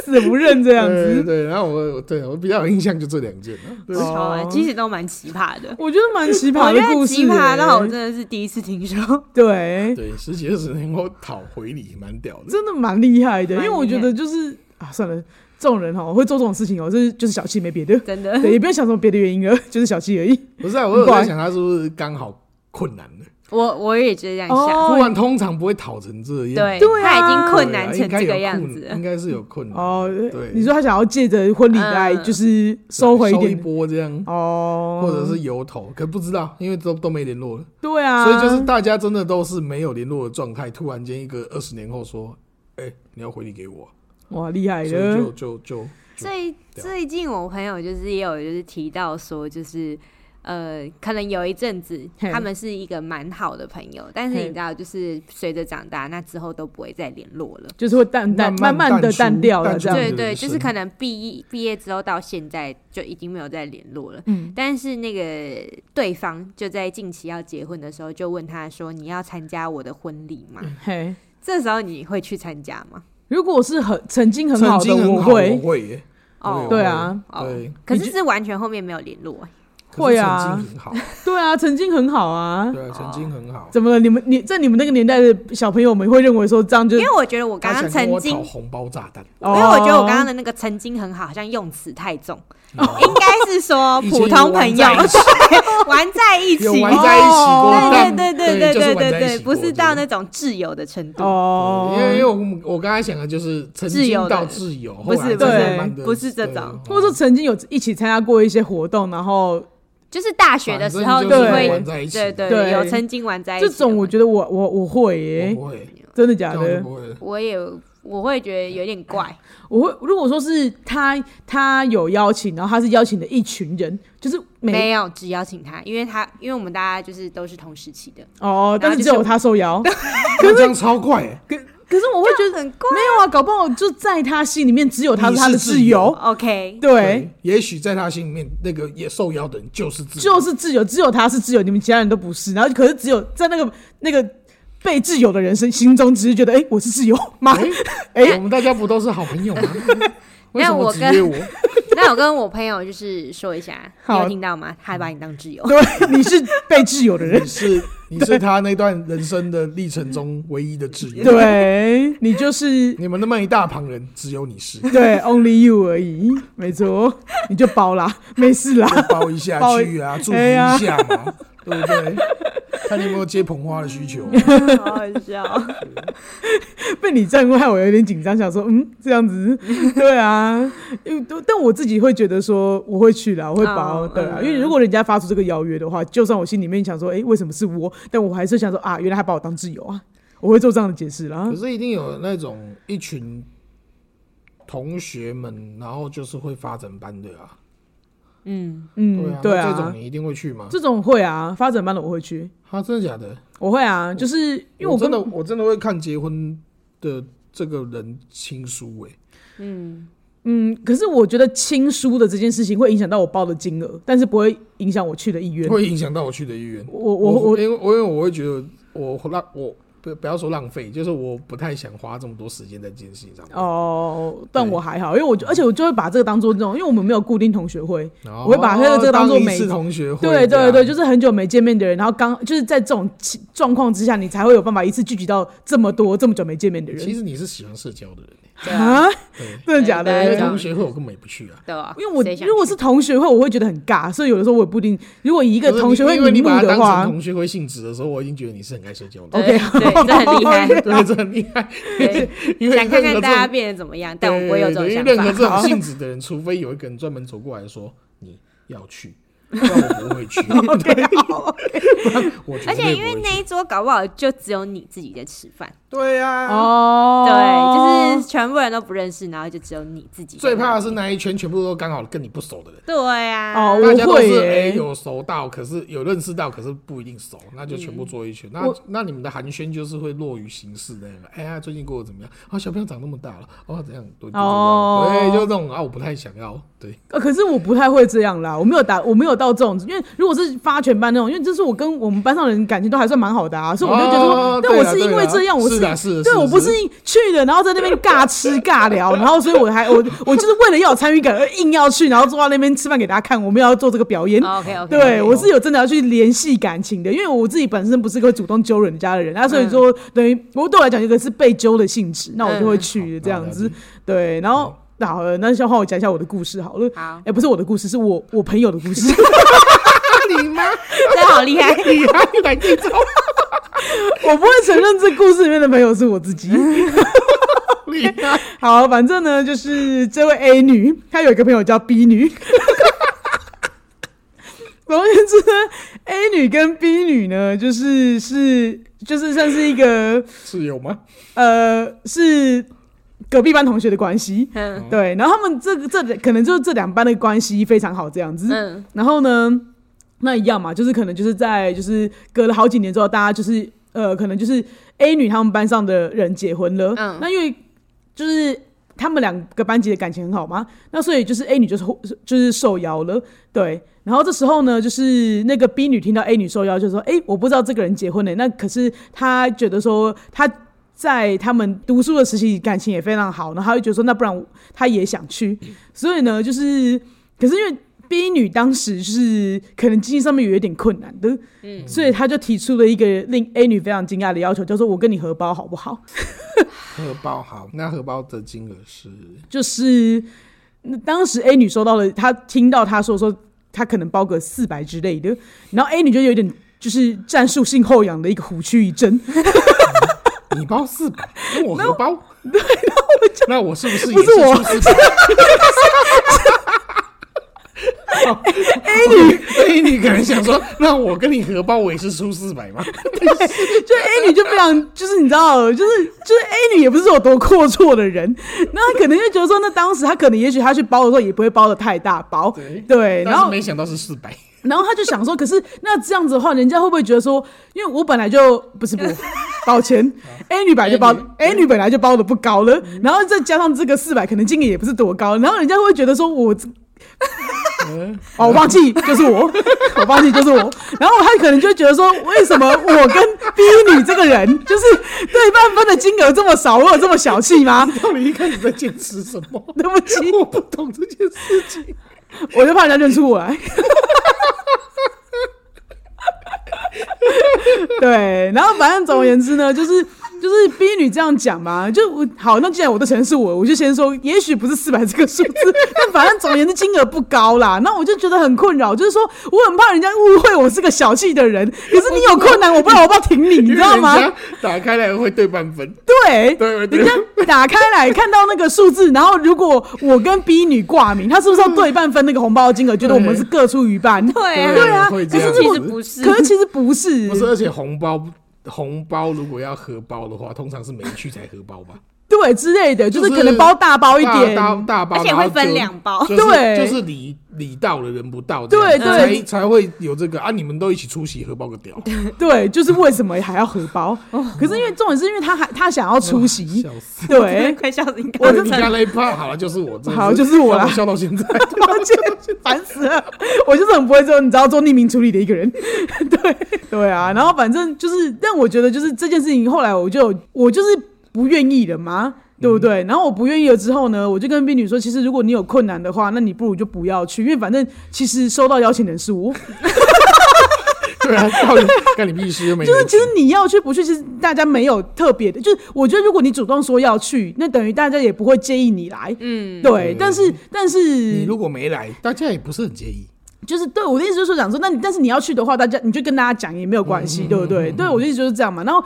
Speaker 1: 死不认 [laughs] 这
Speaker 3: 这
Speaker 1: 样
Speaker 3: 对
Speaker 1: 子。
Speaker 3: 对，然后我我对我比较有印象就这两件
Speaker 1: [laughs]
Speaker 3: 了。对
Speaker 1: 哦
Speaker 2: [laughs] 超欸爱，其实都蛮奇葩的。
Speaker 1: 我觉得蛮奇
Speaker 2: 我
Speaker 1: 葩
Speaker 2: 觉
Speaker 1: 的
Speaker 2: 得
Speaker 1: 故事、
Speaker 2: 奇葩到我
Speaker 1: 欸
Speaker 2: 真，的是第一次听说。 [laughs]
Speaker 1: 对，
Speaker 3: 对，十几二十能够讨回礼，蛮屌
Speaker 1: [laughs]
Speaker 3: 的。
Speaker 1: 真的蛮厉害的。因
Speaker 2: 蛮厉害
Speaker 1: 为我觉得就是啊，算了，这种人哦，会做这种事情哦，这就是小气，没别的。
Speaker 2: 真的，
Speaker 1: 对，也不要想什么别的原因 [laughs] 了，就是小气而已。
Speaker 3: 不是、啊，我有在想他是不是刚好困难了，
Speaker 2: 我我也觉得这样
Speaker 1: 哦
Speaker 2: 想，
Speaker 3: 不然通常不会讨成这样。
Speaker 2: 对，
Speaker 1: 对啊
Speaker 2: 他已经困
Speaker 3: 对啊
Speaker 2: 难成
Speaker 3: 应该
Speaker 2: 这个
Speaker 3: 有
Speaker 2: 样
Speaker 3: 困
Speaker 2: 子了
Speaker 3: 应，该是有困难。
Speaker 1: 哦，
Speaker 3: 对，
Speaker 1: 你说他想要借着婚礼来，
Speaker 2: 嗯
Speaker 1: 就是收回一
Speaker 3: 一
Speaker 1: 点
Speaker 3: 波这样，
Speaker 1: 哦，
Speaker 3: 或
Speaker 2: 嗯
Speaker 3: 者是由头，可不知道，因为都都没联络了，
Speaker 1: 对啊，
Speaker 3: 所以就是大家真的都是没有联络的状态。突然间一个二十年后说，哎，你要回礼给我啊，
Speaker 1: 哇厉害
Speaker 2: 哎
Speaker 3: 所以
Speaker 1: 了
Speaker 3: 就，就就
Speaker 2: 最
Speaker 3: 对啊
Speaker 2: 最近我朋友就是也有就是提到说，就是呃，可能有一阵子
Speaker 1: 嘿
Speaker 2: 他们是一个蛮好的朋友，但是
Speaker 1: 嘿
Speaker 2: 你知道，就是随着长大，那之后都不会再联络了。
Speaker 1: 就是会淡淡
Speaker 3: 慢慢
Speaker 1: 慢的
Speaker 3: 淡
Speaker 1: 淡
Speaker 3: 出
Speaker 1: 掉了
Speaker 3: 淡
Speaker 1: 这
Speaker 3: 出
Speaker 1: 样
Speaker 2: 对
Speaker 3: 子
Speaker 2: 对，就是
Speaker 3: 是
Speaker 2: 可能毕毕业之后到现在就已经没有再联络了。
Speaker 1: 嗯，
Speaker 2: 但是那个对方就在近期要结婚的时候，就问他说：“你要参加我的婚礼
Speaker 3: 嗯
Speaker 2: 吗？”
Speaker 1: 嘿。
Speaker 2: 这时候你会去参加吗？
Speaker 1: 如果是很曾经很好
Speaker 3: 曾
Speaker 1: 的，
Speaker 3: 经很
Speaker 1: 我
Speaker 3: 好，我
Speaker 1: 会
Speaker 3: 会耶，我也
Speaker 2: 哦，
Speaker 1: 对啊
Speaker 3: 会对，
Speaker 2: 可
Speaker 1: 你
Speaker 2: 是是完全后面没有联络、欸
Speaker 3: 可是
Speaker 1: 会啊
Speaker 3: 曾经很好，
Speaker 1: 对啊，曾经很好啊。
Speaker 3: 对啊，曾经很好。
Speaker 1: 怎么了？你们你在你们那个年代的小朋友们会认为说这样就
Speaker 2: 因为我觉得我刚
Speaker 3: 他
Speaker 2: 刚
Speaker 3: 想跟
Speaker 2: 曾
Speaker 3: 我
Speaker 2: 经
Speaker 3: 讨红包炸弹，
Speaker 1: 哦
Speaker 2: 因为我觉得我刚刚的那个曾经很好，好像用词太
Speaker 3: [laughs]
Speaker 2: 重，应该是说
Speaker 3: 以前
Speaker 2: 哦普通朋
Speaker 3: 哦
Speaker 2: 友
Speaker 3: 有玩在
Speaker 2: [laughs]
Speaker 3: 一起
Speaker 2: 玩在 [laughs] 一起
Speaker 3: 有，玩在一起过，
Speaker 1: 哦
Speaker 3: 但
Speaker 2: 对对对对
Speaker 3: 就
Speaker 2: 对
Speaker 3: 是玩
Speaker 2: 对
Speaker 3: 在一
Speaker 2: 对，
Speaker 3: 起
Speaker 2: 不
Speaker 3: 过
Speaker 2: 是到那种挚友的程度，
Speaker 1: 哦，
Speaker 3: 对因为因为我们我刚才想的就是曾
Speaker 2: 自由
Speaker 3: 经
Speaker 2: 的
Speaker 3: 到自由，后
Speaker 2: 不是
Speaker 3: 来才
Speaker 1: 对
Speaker 3: 慢慢地
Speaker 2: 不是这种
Speaker 3: 对哦
Speaker 1: 或者说曾经有一起参加过一些活动，然后
Speaker 2: 就是大学的时候
Speaker 3: 反
Speaker 2: 你
Speaker 3: 正就是
Speaker 2: 会
Speaker 3: 玩在一起
Speaker 2: 对对
Speaker 1: 对
Speaker 2: 有曾经玩在一起
Speaker 1: 这
Speaker 2: 的嘛，
Speaker 1: 种我觉得我我我会耶
Speaker 3: 我，不会，
Speaker 1: 真的
Speaker 3: 这
Speaker 1: 假
Speaker 3: 样我就
Speaker 1: 的？
Speaker 3: 不会了。
Speaker 2: 我也我会觉得有点
Speaker 1: [laughs]
Speaker 2: 怪，
Speaker 1: 我会如果说是他他有邀请，然后他是邀请的一群人，就是
Speaker 2: 没
Speaker 1: 每
Speaker 2: 有只邀请他，因为他因为我们大家就是都是同时期的，
Speaker 1: 哦，但
Speaker 2: 然后
Speaker 1: 是
Speaker 2: 就
Speaker 1: 只有
Speaker 2: 是
Speaker 1: 他受邀，
Speaker 3: 可这样超快欸，
Speaker 1: 可可是我会觉得
Speaker 2: 很怪
Speaker 1: [laughs] 没有啊，搞不好就在他心里面只有他
Speaker 3: 你
Speaker 1: 是他的
Speaker 3: 是
Speaker 1: 挚
Speaker 3: 挚友
Speaker 1: 友，
Speaker 2: ，OK，
Speaker 1: 对，，
Speaker 3: 也许在他心里面，那个也受邀的人就是自己，
Speaker 1: 就是挚友，只有他是挚友，你们其他人都不是。然后可是只有在那个那个被挚友的人生心中，只是觉得哎、诶我是挚友吗？
Speaker 3: 哎，我们大家不都是好朋友
Speaker 1: [laughs]
Speaker 3: 吗？为什么
Speaker 2: 我
Speaker 3: 只
Speaker 2: 跟
Speaker 3: 约我？
Speaker 2: 那我跟我朋友就是说
Speaker 1: [laughs]
Speaker 2: 一下，你
Speaker 1: 好
Speaker 2: 有听到吗？他把你当
Speaker 1: [laughs]
Speaker 2: 挚友。
Speaker 1: 对，你是被挚友的人
Speaker 3: [laughs] 你，是你是他那段人生的历程中唯一的挚友，
Speaker 1: 对你就是
Speaker 3: 你们那么一大旁人，只有你
Speaker 1: [laughs]
Speaker 3: 是，
Speaker 1: 对 only you 而已，没错，你就包啦，没事啦。
Speaker 3: [laughs] 包一下
Speaker 1: 包
Speaker 3: 去啊，祝福
Speaker 1: 哎
Speaker 3: 一
Speaker 1: 呀
Speaker 3: 下嘛，对不对？看你有没有接捧花的需
Speaker 1: 嗯
Speaker 3: 求。
Speaker 2: 好好笑。
Speaker 1: 被你这样问，害我有点紧张，想说嗯这样子，对啊，因为但我自己会觉得说我会去啦，我会包
Speaker 2: 哦
Speaker 1: 对啊，
Speaker 2: 嗯
Speaker 1: 因为如果人家发出这个邀约的话，就算我心里面想说，哎、为什么是我？但我还是想说啊，原来他把我当挚友啊，我会做这样的解释啦
Speaker 3: 可。是一定有那种一群同学们，然后就是会发展班的啊，
Speaker 2: [laughs] 嗯，
Speaker 3: 对
Speaker 1: 嗯
Speaker 3: 啊，，
Speaker 1: 对
Speaker 3: 那
Speaker 1: 啊，
Speaker 3: 这种你一定会去吗？
Speaker 1: 这种会啊，发展班的我会去，
Speaker 3: 啊，真的假的？
Speaker 1: 我会啊，就是因为
Speaker 3: 我
Speaker 1: 跟
Speaker 3: 真的我真的会看结婚的这个人亲疏哎、
Speaker 1: 嗯，可是我觉得亲疏的这件事情会影响到我报的金额，但是不会影响我去的意愿。
Speaker 3: 会影响到我去的意愿。
Speaker 1: 我我我
Speaker 3: 因为我因为我会觉得我浪我不不要说浪费，就是我不太想花这么多时间在这件事情上面。
Speaker 1: 哦，但
Speaker 3: 对
Speaker 1: 我还好，因为我就而且我就会把这个当做这种，因为我们没有固定同学会，
Speaker 3: 哦，
Speaker 1: 我会把这个这个当作
Speaker 3: 一
Speaker 1: 每
Speaker 3: 次同学会这
Speaker 1: 对
Speaker 3: 样，
Speaker 1: 对对，就是很久没见面的人，然后刚就是在这种情状况之下，你才会有办法一次聚集到这么多这么久没见面的
Speaker 3: 其
Speaker 1: 人
Speaker 3: 实你是喜欢社交的人，
Speaker 2: 对啊，
Speaker 1: 啊，
Speaker 3: 对，
Speaker 1: 真的假
Speaker 2: 对
Speaker 3: 因
Speaker 2: 对
Speaker 3: 为
Speaker 1: 的？
Speaker 3: 同学会我根本也不去啊。
Speaker 2: 对啊，
Speaker 1: 因为我
Speaker 2: 谁想
Speaker 1: 如果是同学会，我会觉得很尬，所以有的时候我也不一定。如果以一
Speaker 3: 一
Speaker 1: 个同学会
Speaker 3: 因为
Speaker 1: 名
Speaker 3: 你
Speaker 1: 目
Speaker 3: 把它
Speaker 1: 的
Speaker 3: 当成
Speaker 1: 话，
Speaker 3: 同学会性质的时候，我已经觉得你是很爱社交的。
Speaker 2: 对
Speaker 1: OK
Speaker 2: 对，这很厉害。
Speaker 3: [laughs] 对，这很厉害。
Speaker 2: 对，
Speaker 3: [laughs] 因为
Speaker 2: 想看看大家
Speaker 3: 家，
Speaker 2: 变得怎么样，
Speaker 3: 对
Speaker 2: 但我不会有这
Speaker 3: 对因为
Speaker 2: 种
Speaker 3: 任何
Speaker 2: 想
Speaker 3: 这
Speaker 2: 法。
Speaker 3: 种性质
Speaker 2: [laughs]
Speaker 3: 的人，除非有一个人专门走过来说你要去，不然我不会
Speaker 2: [laughs]
Speaker 3: 去。
Speaker 1: [laughs]
Speaker 3: 对，不然我绝
Speaker 2: 而
Speaker 3: 对
Speaker 2: 且因
Speaker 3: 不
Speaker 2: 为
Speaker 3: 会
Speaker 2: 那
Speaker 3: 去
Speaker 2: 一桌搞不好就只有你自己在吃饭，
Speaker 3: 对啊呀、
Speaker 1: 哦，
Speaker 2: 对，就是全部人都不认识，然后就只有你自己在那
Speaker 3: 最
Speaker 2: 里。
Speaker 3: 怕的是那一圈全部都刚好跟你不熟的人，
Speaker 2: 对啊呀、
Speaker 1: 哦
Speaker 3: 大家都
Speaker 1: 我
Speaker 3: 是
Speaker 1: 会耶
Speaker 3: 哎、有熟到，可是有认识到，可是不一定熟，那就全部坐一圈。那
Speaker 1: 我
Speaker 3: 那你们的寒暄就是会落于形式的那个，哎呀，最近过得怎么样？啊，小朋友长那么大了，哦，怎样？对，就这样
Speaker 1: 哦
Speaker 3: 对，就这种啊，我不太想要，对，啊
Speaker 1: 呃，可是我不太会这样啦，我没有打，我没有到这种，因为如果是发全班那种，因为这是我跟我们班上的人感情都还算蛮好的啊，所以我就觉得说，
Speaker 3: 哦
Speaker 1: 但
Speaker 3: 对
Speaker 1: 我
Speaker 3: 啦
Speaker 1: 是因
Speaker 3: 对
Speaker 1: 为
Speaker 3: 啦
Speaker 1: 这样，我
Speaker 3: 是的是的
Speaker 1: 对
Speaker 3: 是的
Speaker 1: 我不是
Speaker 3: 是
Speaker 1: 去的，然后在那边尬吃尬聊，然后所以我还我我就是为了要有参与感而硬要去，然后坐在那边吃饭给大家看，我们要做这个表演。
Speaker 2: OK OK，
Speaker 1: [laughs] 对，我是有真的要去联系感情的，因为我自己本身不是个会主动揪人家的人，啊那所以说等于我对我来讲，一个是被揪的性质，那我就会去
Speaker 3: 嗯
Speaker 1: 这样
Speaker 3: 好
Speaker 1: 子
Speaker 3: 了解。
Speaker 1: 对，然后那好了，那先换我讲一下我的故事好了。
Speaker 2: 好
Speaker 1: 哎、，不是我的故事，是我我朋友的故事。
Speaker 3: 你妈，
Speaker 2: 这好
Speaker 1: [laughs]
Speaker 2: 厉害，
Speaker 3: 你还来这种，
Speaker 1: 我不会承认这故事里面的朋友是我自己。
Speaker 3: 你啊
Speaker 2: [laughs]
Speaker 3: 妈，
Speaker 1: 好，反正呢，就是这位 A 女，她有一个朋友叫 B 女。 [laughs] 总而言之呢，A 女跟 B 女呢，就是是就是算是一个
Speaker 3: 是有吗？
Speaker 1: 呃是隔壁班同学的关系。
Speaker 2: 嗯
Speaker 1: 对，然后他们这个这可能就是这两班的关系非常好这样子。
Speaker 2: 嗯
Speaker 1: 然后呢，那一样嘛，就是可能就是在就是隔了好几年之后，大家就是呃，可能就是 A 女他们班上的人结婚了，
Speaker 2: 嗯
Speaker 1: 那因为就是。他们两个班级的感情很好嘛，那所以就是 A 女就是就是受邀了，对。然后这时候呢，就是那个 B 女听到 A 女受邀，就说：“哎、我不知道这个人结婚了，那可是她觉得说她在他们读书的时期感情也非常好，然后她就觉得说，那不然我她也想去。所以呢，就是可是因为 B 女当时是可能经济上面有一点困难的，
Speaker 2: 嗯，
Speaker 1: 所以她就提出了一个令 A 女非常惊讶的要求，叫做“我跟你荷包好不好
Speaker 3: 荷包好，那荷包的金额是，”。
Speaker 1: 就是那当时 A 女收到了，她听到她说说她可能包个四百之类的，然后 A 女就有点就是战术性后仰的一个虎躯一震，
Speaker 3: 你包四百，
Speaker 1: [laughs]
Speaker 3: 那我荷包，对，那我是不是也
Speaker 1: 不是我
Speaker 3: 出400 [laughs] A 女，A 女可能想说，那我跟你荷包，我也是出四百吗？
Speaker 1: 就 A 女就非常就是你知道，就是就是 A 女也不是有多阔绰的人，那她可能就觉得说，那当时她可能也许她去包的时候也不会包的太大包，
Speaker 3: 对
Speaker 1: 对，然
Speaker 3: 但是
Speaker 1: 后
Speaker 3: 没想到是四百，
Speaker 1: 然后他就想说，可是那这样子的话，人家会不会觉得说，因为我本来就不是不， [laughs] 抱歉，A 女本来就包 A 女嗯本来就包的不高了，然后再加上这个四百，可能金额也不是多高，然后人家会不会觉得说我这。 [laughs] 哦，我放弃，就是我，我放弃，就是我。然后他可能就会觉得说，为什么我跟 B 女这个人，就是对半分的金额这么少，我有这么小气吗？
Speaker 3: 到底一开始在坚持什么？
Speaker 1: 对不起，
Speaker 3: 我不懂这件事情。
Speaker 1: 我就怕人家认出我来。 [laughs] 对，然后反正总而言之呢，就是就是 B 女这样讲嘛，就我好，那既然我的承认是我，我就先说，也许不是四百这个数字， [laughs] 但反正总而言之金额不高啦。那我就觉得很困扰，就是说我很怕人家误会我是个小气的人，可是你有困难，我不知道我要不要挺你，你知道
Speaker 3: [laughs]
Speaker 1: 吗？
Speaker 3: 因为人家打开来会对半分，
Speaker 1: 对，
Speaker 3: 对对
Speaker 1: 人家打开来看到那个数字，然后如果我跟 B 女挂名，她是不是要对半分那个红包的金额？觉得我们是各出一半？
Speaker 2: 对啊
Speaker 1: 对啊，
Speaker 3: 会这
Speaker 1: 可
Speaker 3: 样
Speaker 1: 是如
Speaker 3: 子
Speaker 2: 其
Speaker 1: 果
Speaker 2: 实不是，
Speaker 1: 可是其实不是，
Speaker 3: 不是？而且红包红包如果要荷包的话，通常是没去才荷包吧？
Speaker 1: 对之类的，就是
Speaker 3: 就是
Speaker 1: 可能包大包一点，
Speaker 3: 大大大包，
Speaker 2: 而且
Speaker 3: 然后
Speaker 2: 会分
Speaker 3: 就
Speaker 2: 两包
Speaker 3: 就是
Speaker 1: 对
Speaker 3: 就是礼礼到了人不到这
Speaker 1: 对
Speaker 3: 样，
Speaker 1: 对
Speaker 3: 才才会有这个啊！你们都一起出席，荷包个屌，
Speaker 1: 对，就是为什么还要荷包？可是因为重点是因为他还他想要出席，
Speaker 3: 哦 [laughs] 笑死！
Speaker 2: 真的
Speaker 1: 对，
Speaker 2: [laughs] 快笑死你刚
Speaker 3: 我
Speaker 2: 刚
Speaker 3: 你
Speaker 2: 真
Speaker 3: 家
Speaker 2: 的，
Speaker 3: 那一趴好了，就是我，真的
Speaker 1: 好就是我啦
Speaker 3: 让笑到现在。 [laughs]
Speaker 1: [laughs] 抱歉，烦死了！我就是很不会做，你知道做匿名处理的一个人。对对啊，然后反正就是，但我觉得就是这件事情，后来我就我就是不愿意了嘛，对不对？然后我不愿意了之后呢，我就跟冰女说，其实如果你有困难的话，那你不如就不要去，因为反正其实收到邀请的人是我，
Speaker 3: 对啊，到底干你屁事又没人
Speaker 1: 就是其实你要去不去，其实大家没有特别的，就是我觉得如果你主动说要去，那等于大家也不会介意你来。
Speaker 2: 嗯，
Speaker 1: 对，但是但
Speaker 3: 你
Speaker 1: 是
Speaker 3: 如果没来，大家也不是很介意。
Speaker 1: 就是对我的意思就是说，讲说，那你但是你要去的话，大家你就跟大家讲也没有关系，对不对？对我的意思就是这样嘛。然后，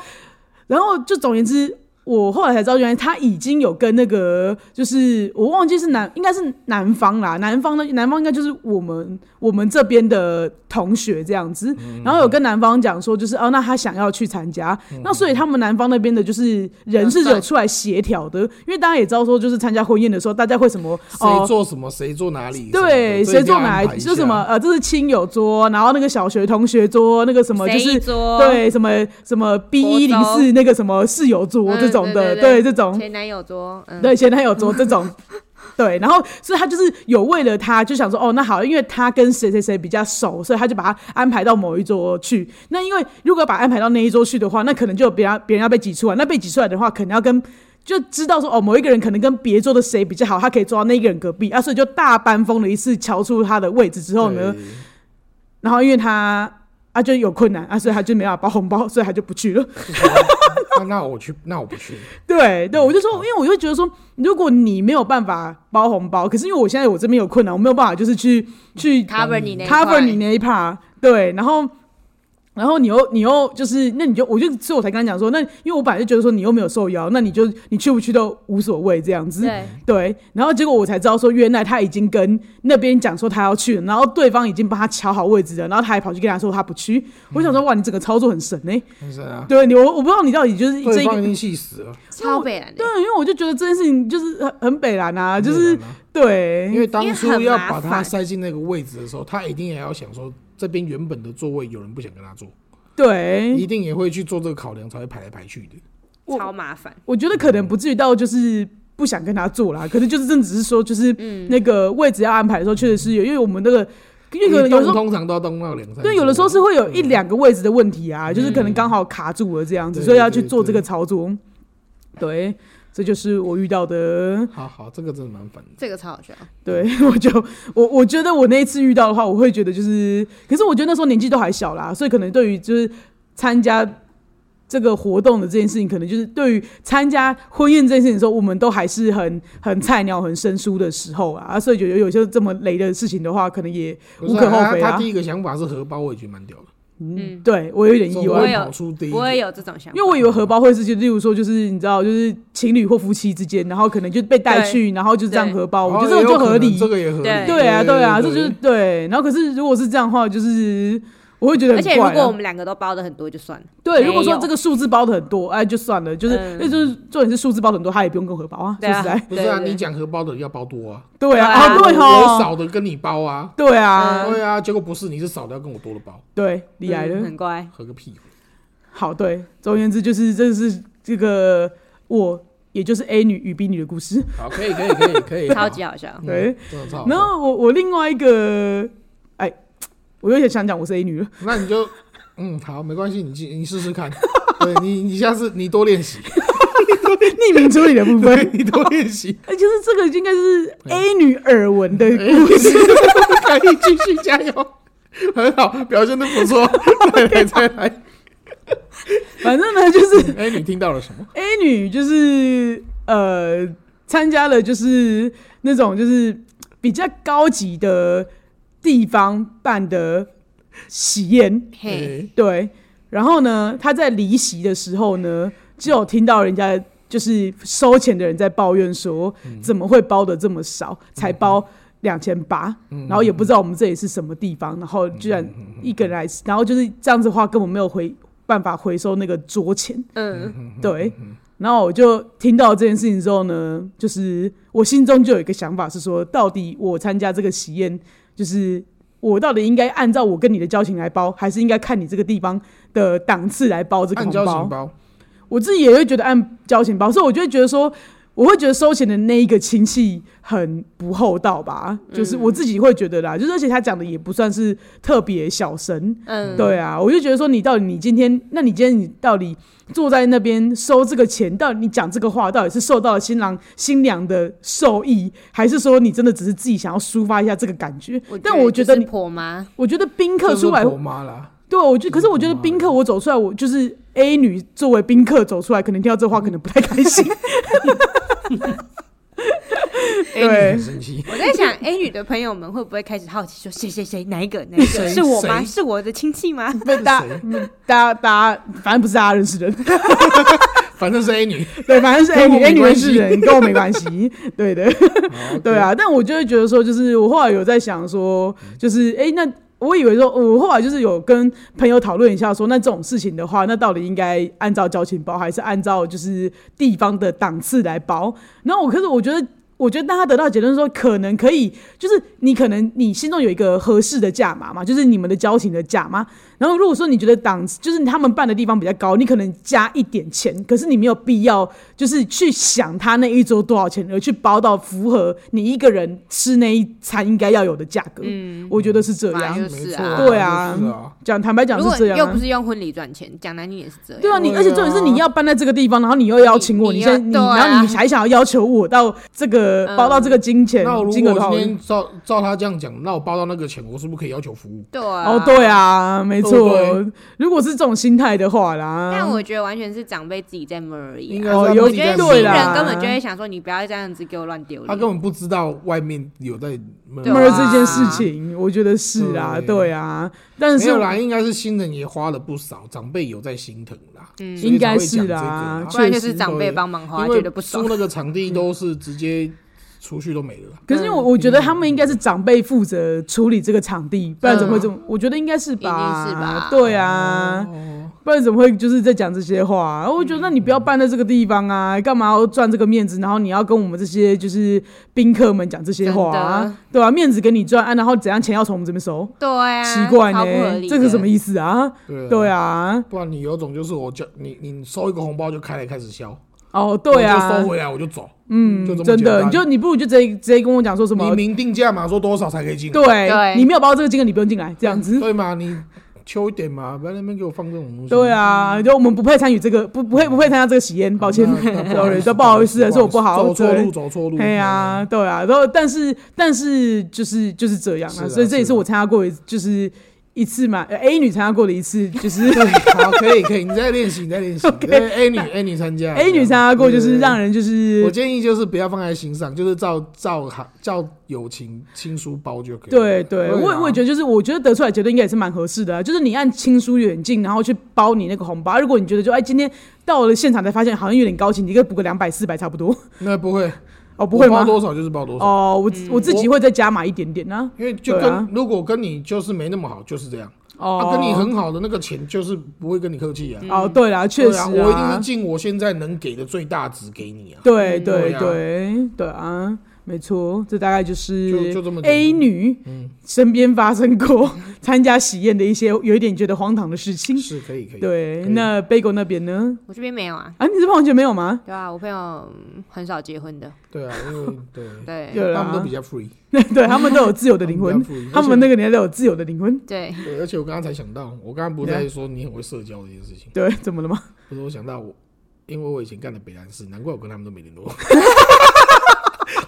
Speaker 1: 然后就总而言之，我后来才知道，原来他已经有跟那个，就是我忘记是南，应该是南方啦，南方的南方应该就是我们我们这边的同学这样子，然后有跟南方讲说，就是哦，那他想要去参加，那所以他们南方那边的就是人是有出来协调的，因为大家也知道说，就是参加婚宴的时候，大家会什么
Speaker 3: 谁
Speaker 1: 哦，
Speaker 3: 做什么，谁做哪里，
Speaker 1: 对，谁坐
Speaker 3: 什么的这一定要
Speaker 1: 哪
Speaker 3: 安排
Speaker 1: 一
Speaker 3: 一
Speaker 1: 就
Speaker 3: 下
Speaker 1: 什么呃，这是亲友桌，然后那个小学同学桌，那个什么就
Speaker 2: 谁
Speaker 1: 是
Speaker 2: 一桌
Speaker 1: 对什么什么 B 一零四那个什么室友桌
Speaker 2: 嗯
Speaker 1: 这种的，
Speaker 2: 对对对
Speaker 1: 这种
Speaker 2: 前男友桌，嗯，
Speaker 1: 对前男友桌这种。对，然后所以他就是有为了他就想说，哦，那好，因为他跟谁谁谁比较熟，所以他就把他安排到某一桌去。那因为如果把他安排到那一桌去的话，那可能就有别人别人要被挤出来，那被挤出来的话，可能要跟就知道说哦，某一个人可能跟别桌的谁比较好，他可以坐到那一个人隔壁啊，所以就大班风了一次，瞧出他的位置之后呢，
Speaker 3: 对
Speaker 1: 然后因为他啊就有困难啊，所以他就没办法包红包，所以他就不去了。
Speaker 3: 那那我去，那我不去。
Speaker 1: 对对，我就说，因为我就觉得说，如果你没有办法包红包，可是因为我现在我这边有困难，我没有办法就是去去
Speaker 2: cover 你那一
Speaker 1: cover
Speaker 2: 块
Speaker 1: 你那一 part，对，然后。然后你又你又就是，那你就我就所以我才跟他讲说，那因为我本来就觉得说你又没有受邀，那你就你去不去都无所谓这样子。
Speaker 2: 对，
Speaker 1: 对，然后结果我才知道说，原来他已经跟那边讲说他要去了，然后对方已经帮他瞧好位置了，然后他还跑去跟他说他不去。我想说，哇，你整个操作很神哎、
Speaker 3: 是啊，
Speaker 1: 对你，我我不知道你到底就是这
Speaker 3: 对
Speaker 1: 一
Speaker 3: 方一
Speaker 1: 个。
Speaker 3: 定气死了。
Speaker 2: 超北蓝的
Speaker 1: 对，，因为我就觉得这件事情就是很很北蓝啊，就是
Speaker 3: 没有人啊
Speaker 1: 对，
Speaker 3: 因为当初
Speaker 2: 因为很
Speaker 3: 要
Speaker 2: 麻
Speaker 3: 把他
Speaker 2: 烦
Speaker 3: 塞进那个位置的时候，他一定也要想说，这边原本的座位有人不想跟他坐，一
Speaker 1: 对，
Speaker 3: 定也会去做这个考量，才会排来排去的。
Speaker 2: 超麻烦。
Speaker 1: 我觉得可能不至于到就是不想跟他做啦，可是就是真的只是说就是
Speaker 3: 嗯
Speaker 1: 那个位置要安排的时候，确实是有，因为我们那个因为可能有
Speaker 3: 一
Speaker 1: 时
Speaker 3: 动
Speaker 1: 候。
Speaker 3: 通常都要动到两三次。啊
Speaker 1: 对，有的时候是会有一两个位置的问题啊，就是可能刚好卡住了这样子，
Speaker 3: 嗯对
Speaker 1: 所以要去做
Speaker 3: 对对
Speaker 1: 这个操作。对，这就是我遇到的。
Speaker 3: 好好，这个真的蛮烦的。
Speaker 2: 这个超好笑，
Speaker 1: 对， [laughs] 我就我我觉得我那一次遇到的话，我会觉得就是，可是我觉得那时候年纪都还小啦，所以可能对于就是参加这个活动的这件事情，可能就是对于参加婚宴这件事情的时候，我们都还是很很菜鸟、很生疏的时候啊，所以觉得有些这么雷的事情的话，可能也
Speaker 3: 不是
Speaker 1: 无
Speaker 3: 啊
Speaker 1: 可厚非
Speaker 3: 他他
Speaker 1: 啊
Speaker 3: 第。一个想法是荷包，我也觉得蛮屌的。
Speaker 2: 嗯，
Speaker 1: 对我有点意
Speaker 3: 总
Speaker 1: 外
Speaker 2: 我也
Speaker 3: 会，
Speaker 2: 有
Speaker 3: 跑出第一
Speaker 2: 我
Speaker 3: 个
Speaker 2: 也有这种想法，
Speaker 1: 因为我以为荷包会是就例如说就是你知道就是情侣或夫妻之间，然后可能就被带
Speaker 2: 对
Speaker 1: 去，然后就这样
Speaker 2: 对
Speaker 1: 荷包，我觉得
Speaker 3: 哦
Speaker 1: 这个
Speaker 3: 也有
Speaker 1: 就
Speaker 3: 可
Speaker 1: 合
Speaker 3: 能
Speaker 1: 理。
Speaker 3: 这个也合理。
Speaker 2: 对
Speaker 1: 对啊，对啊，这就是
Speaker 3: 对
Speaker 1: 对。然后可是如果是这样的话，就是我会觉得
Speaker 2: 而
Speaker 1: 很
Speaker 2: 且
Speaker 1: 怪
Speaker 2: 如
Speaker 1: 啊、
Speaker 2: 果我们两个都包的很多，就算了。
Speaker 1: 对，如果
Speaker 2: 没
Speaker 1: 说
Speaker 2: 有
Speaker 1: 这个数字包的很多，哎，就算了，就是
Speaker 2: 嗯
Speaker 1: 那、就是重点是数字包的很多，他也不用跟荷包啊，
Speaker 2: 对啊
Speaker 1: 说实在，
Speaker 3: 不是啊，
Speaker 2: 对对对
Speaker 3: 你讲荷包的要包多啊，
Speaker 1: 对啊，
Speaker 2: 对啊
Speaker 1: 啊对
Speaker 3: 我
Speaker 1: 哈，
Speaker 3: 少的跟你包啊，
Speaker 1: 对啊，
Speaker 3: 对啊，结果不是，你是少的要跟我多的包，
Speaker 1: 对，厉害
Speaker 2: 嗯
Speaker 1: 了。
Speaker 2: 很乖。
Speaker 3: 合个屁。
Speaker 1: 好，对，总而言之就是这是这个我也就是 A 女与 B 女的故事。
Speaker 3: 好，可以，可以，可以，可以，
Speaker 2: 超级好笑
Speaker 3: 好，，
Speaker 1: 对啊
Speaker 3: 嗯真的超好
Speaker 1: 然后我我另外一个，哎，我有点想讲我是 A 女了。 [laughs]
Speaker 3: 那你就，嗯，好，没关系，你去你试试看。对你，你下次你多练习，
Speaker 1: 匿名处理的部分，
Speaker 3: [laughs] 对你多练习，
Speaker 1: 哎，其实这个应该是 A 女耳闻的
Speaker 3: 哎
Speaker 1: 故事。
Speaker 3: 可以继续加油，很好，表现的不错， [laughs] 再来再来。
Speaker 1: 反正呢，就是
Speaker 3: 哎，你听到了什么？
Speaker 1: A 女就是呃参加了就是那种就是比较高级的地方办的喜宴，
Speaker 3: 哎
Speaker 2: 嘿，
Speaker 1: 对。然后呢，她在离席的时候呢，就有听到人家就是收钱的人在抱怨说，怎么会包的这么少，才包两千八，然后也不知道我们这里是什么地方，然后居然一个人来，然后就是这样子的话，根本没有回办法回收那个桌钱。
Speaker 2: 嗯，
Speaker 1: 对，然后我就听到这件事情之后呢，就是我心中就有一个想法是说，到底我参加这个喜宴，就是我到底应该按照我跟你的交情来包，还是应该看你这个地方的档次来包这个
Speaker 3: 按
Speaker 1: 红
Speaker 3: 交情
Speaker 1: 包？
Speaker 3: 包，
Speaker 1: 我自己也会觉得按交情包，所以我就会觉得说。我会觉得收钱的那一个亲戚很不厚道吧，就是我自己会觉得啦，就是而且他讲的也不算是特别小声，
Speaker 2: 嗯，
Speaker 1: 对啊，我就觉得说，你到底你今天，那你今天你到底坐在那边收这个钱，到底你讲这个话，到底是受到了新郎新娘的受益，还是说你真的只是自己想要抒发一下这个感觉？但我觉
Speaker 2: 就
Speaker 1: 得
Speaker 2: 是
Speaker 1: 你，
Speaker 2: 婆妈，
Speaker 1: 我觉得宾
Speaker 3: 这
Speaker 1: 客
Speaker 3: 是
Speaker 1: 出来，
Speaker 3: 婆妈啦，
Speaker 1: 对啊我就，可是我觉得宾客我走出来，我就是 A 女作为宾客走出来，可能听到这话可能不太开心。
Speaker 3: 哎你
Speaker 1: 对
Speaker 3: 很生气。
Speaker 2: 我在想 A 女的朋友们会不会开始好奇说谁谁谁哪一个哪一个
Speaker 3: 谁
Speaker 2: 是我吗？
Speaker 3: 谁
Speaker 2: 是我的亲戚吗？
Speaker 1: 被大
Speaker 3: 谁
Speaker 1: 大家大家，反正不是大家认识的人，
Speaker 3: 反正是 A
Speaker 1: [laughs]
Speaker 3: 女，
Speaker 1: 对，反正是 A
Speaker 3: 跟我
Speaker 1: 女 A
Speaker 3: 没
Speaker 1: 女
Speaker 3: 关
Speaker 1: 认
Speaker 3: 系
Speaker 1: 识人，跟我没关系。对的，对啊。但我就会觉得说，就是我后来有在想说，就是哎、诶那我以为说，我后来就是有跟朋友讨论一下说，那这种事情的话，那到底应该按照交情包，还是按照就是地方的档次来包？然后我可是我觉得。我觉得大家得到结论说，可能可以，就是你可能你心中有一个合适的价码嘛，就是你们的交情的价码，然后如果说你觉得档次就是他们办的地方比较高，你可能加一点钱，可是你没有必要就是去想他那一桌多少钱，而去包到符合你一个人吃那一餐应该要有的价格。
Speaker 2: 嗯，
Speaker 1: 我觉得是这
Speaker 2: 妈
Speaker 1: 样
Speaker 2: 就。
Speaker 3: 没
Speaker 2: 是啊
Speaker 3: 错啊，
Speaker 1: 对啊
Speaker 3: 就是啊，
Speaker 1: 讲坦白讲
Speaker 2: [laughs] 如
Speaker 1: 是
Speaker 2: 果
Speaker 1: 这样、
Speaker 2: 又不
Speaker 1: 啊。
Speaker 2: 是用婚礼赚钱，讲难听也是这样。
Speaker 1: 对啊，你
Speaker 3: 对啊
Speaker 1: 而且重点是你要办在这个地方，然后你又邀请我，
Speaker 2: 你
Speaker 1: 你
Speaker 2: 你
Speaker 1: 现在你，
Speaker 2: 要对啊
Speaker 1: 然后你还想要要求我到这个
Speaker 2: 嗯
Speaker 1: 包到这个金钱
Speaker 3: 那如
Speaker 1: 金额的
Speaker 3: 果
Speaker 1: 话
Speaker 3: 我，今天照照他这样讲，那我包到那个钱，我是不是可以要求服务？
Speaker 2: 对啊，
Speaker 1: 哦，对。啊，没错
Speaker 3: 对不。
Speaker 1: 如果是这种心态的话啦，
Speaker 2: 但我觉得完全是长辈自己在闷而已
Speaker 3: 应
Speaker 2: 啊、
Speaker 3: 该是
Speaker 1: 哦
Speaker 3: 他
Speaker 1: 有
Speaker 3: 自
Speaker 2: 我
Speaker 3: 己
Speaker 2: 觉
Speaker 3: 在
Speaker 2: 得
Speaker 1: 对
Speaker 3: 摸
Speaker 2: 新
Speaker 1: 啦
Speaker 2: 人根本就会想说，你不要这样子给我乱丢脸。
Speaker 3: 他根本不知道外面有在闷
Speaker 2: 对
Speaker 1: 妹
Speaker 2: 啊
Speaker 1: 儿这件事情，我觉得是啦，
Speaker 3: 对
Speaker 1: 对啊，但
Speaker 3: 没
Speaker 1: 是
Speaker 3: 有啦，应该是新人也花了不少，长辈有在心疼啦，
Speaker 2: 嗯，
Speaker 1: 应该是啦
Speaker 3: 所以才会讲这个啊
Speaker 1: 确
Speaker 2: 不然就是
Speaker 1: 实
Speaker 2: 长辈帮忙花，
Speaker 3: 因
Speaker 2: 觉
Speaker 3: 为
Speaker 2: 得不爽
Speaker 3: 租。那个场地都是直接出去都没了啦。
Speaker 1: 可是因为我
Speaker 2: 嗯
Speaker 1: 我觉得他们应该是长辈负责处理这个场地，不然怎么会这么？我觉得应该是吧，
Speaker 2: 嗯一定是吧
Speaker 1: 对啊，
Speaker 3: 哦
Speaker 1: 不然怎么会就是在讲这些话、啊我
Speaker 2: 嗯
Speaker 1: 觉得那你不要办在这个地方啊，干嘛要赚这个面子？然后你要跟我们这些就是宾客们讲这些话、
Speaker 2: 真
Speaker 1: 啊
Speaker 2: 的，
Speaker 1: 对啊？面子给你赚、啊，然后怎样钱要从我们这边收？
Speaker 2: 对啊，
Speaker 1: 奇怪呢、
Speaker 2: 超不合理的。
Speaker 1: 这个什么意思啊？
Speaker 3: 对
Speaker 1: 对，啊，
Speaker 3: 不然你有种就是我叫你你收一个红包就开来开始消，
Speaker 1: 哦，对
Speaker 3: 我就
Speaker 1: 啊
Speaker 3: 收，回来我就走，
Speaker 1: 嗯
Speaker 3: 就这，么
Speaker 1: 真
Speaker 3: 简
Speaker 1: 的，
Speaker 3: 单
Speaker 1: 你就你不如就直接直接跟我讲说什
Speaker 3: 你
Speaker 1: 么？
Speaker 3: 明定价嘛，说多少才可以进来，
Speaker 1: 对，啊
Speaker 2: 对
Speaker 1: 你没有包这个金额，你不用进来，这样子。
Speaker 3: 对嘛，你秋一点嘛，不要在那边给我放这种东西。
Speaker 1: 对啊，就我们不配参与这个，不不配不配参加这个喜宴，抱歉，sorry，都不好意思，是我不好，
Speaker 3: 走错路，
Speaker 1: 对。
Speaker 3: 走错路。
Speaker 1: 哎呀，对啊，然后但是但是就是就是这样
Speaker 3: 是
Speaker 1: 啊，
Speaker 3: 啊
Speaker 1: 所以这也是
Speaker 3: 是啊
Speaker 1: 我参加过一就是一次嘛呃，A 女参加过的一次，就是
Speaker 3: 对，啊好，可以可以，你再练习，你再练习。对 A 女 A 女参加
Speaker 1: [laughs] A 女参加过，就是让人
Speaker 3: 人。
Speaker 1: 就
Speaker 3: 我
Speaker 1: 是
Speaker 3: 建议就是不要放在心上，就是照照好照友情亲疏包就可以。
Speaker 1: 对对，
Speaker 3: 啊
Speaker 1: 我也我也觉得
Speaker 3: 得
Speaker 1: 就是我觉得得出来结论应该也是蛮合适的啊，就是你按亲疏远近，然后去包你那个红包。如果你觉得就哎今天到了现场才发现好像有点高兴，你可以补个两百四百差不多。
Speaker 3: 那不会，
Speaker 1: 哦，不会
Speaker 3: 我包
Speaker 1: 吗？
Speaker 3: 多少嗯就是包多少。
Speaker 1: 哦，我自我自己
Speaker 3: 我
Speaker 1: 会再加码一点点呢、
Speaker 3: 因为就
Speaker 1: 对
Speaker 3: 跟、
Speaker 1: 啊
Speaker 3: 如果跟你就是没那么好，就是这样。
Speaker 1: 哦，
Speaker 3: 啊，跟你很好的那个钱就是不会跟你客气啊。
Speaker 1: 哦，对啦，确
Speaker 3: 对
Speaker 1: 实
Speaker 3: 啊，我一定是尽我现在能给的最大值给你啊。
Speaker 1: 对
Speaker 2: 嗯
Speaker 1: 对
Speaker 3: 对啊
Speaker 1: 对对啊，没错，这大概就
Speaker 3: 就是就这么简单
Speaker 1: A 女
Speaker 3: 嗯
Speaker 1: 身边发生过参加喜宴的一些有一点觉得荒唐的事情。
Speaker 3: 是可以可以。
Speaker 1: 对，
Speaker 3: 可以
Speaker 1: 那 Bagel 那边呢？
Speaker 2: 我这边没有啊，
Speaker 1: 啊，你是完全没有吗？
Speaker 2: 对啊，我朋友嗯很少结婚的，
Speaker 3: 对啊，因为对，
Speaker 2: 对
Speaker 1: 对
Speaker 3: 哎
Speaker 1: 啊
Speaker 3: 他们都
Speaker 1: 啦
Speaker 3: 比，较 free，
Speaker 1: 对他们都有自由的灵
Speaker 3: [laughs]
Speaker 1: 魂，他们那
Speaker 3: 个。
Speaker 1: 个年代有自由的灵魂。
Speaker 2: 对，
Speaker 3: 对，而且我刚刚才想到，我刚刚不
Speaker 1: 啊
Speaker 3: 是在说你很会社交这件事情，
Speaker 1: 对，怎么了吗？
Speaker 3: 可是我想到我，因为我以前干的北兰市，难怪我跟他们都没联络。 [laughs]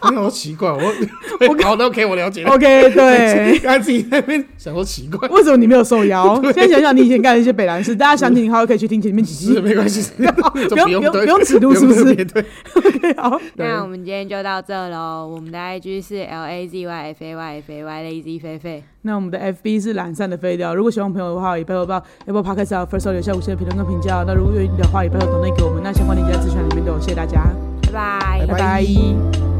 Speaker 3: 我想说奇怪，我我好，那 OK，我了解了。
Speaker 1: OK，对。
Speaker 3: [laughs] 刚才自己在那边想说奇怪，
Speaker 1: 为什么你没有受
Speaker 3: [laughs]
Speaker 1: 邀？现在想想你以前干的一些北兰事，大家想听，以后可以去听前面几集
Speaker 3: [laughs] 是。没关系， [laughs]
Speaker 1: 不
Speaker 3: 就用
Speaker 1: 用不
Speaker 3: 对
Speaker 1: 用指路
Speaker 3: 不用
Speaker 1: 是不是
Speaker 3: 特别对，
Speaker 1: [laughs] 好，
Speaker 2: 那我们今天就到这喽。我们的 IG 是 L A Z Y F A Y F A Y Lazy 菲菲，
Speaker 1: 那我们的 FB 是懒散的飞掉。如果喜欢我们朋友的话，也拜托到 Apple Podcast 啊 First Story 留下五星的评论跟评价哦。那如果愿意的话，也拜托抖内给我们。那相关链接在资讯栏里面都有，谢谢大家，
Speaker 2: 拜拜
Speaker 1: 拜拜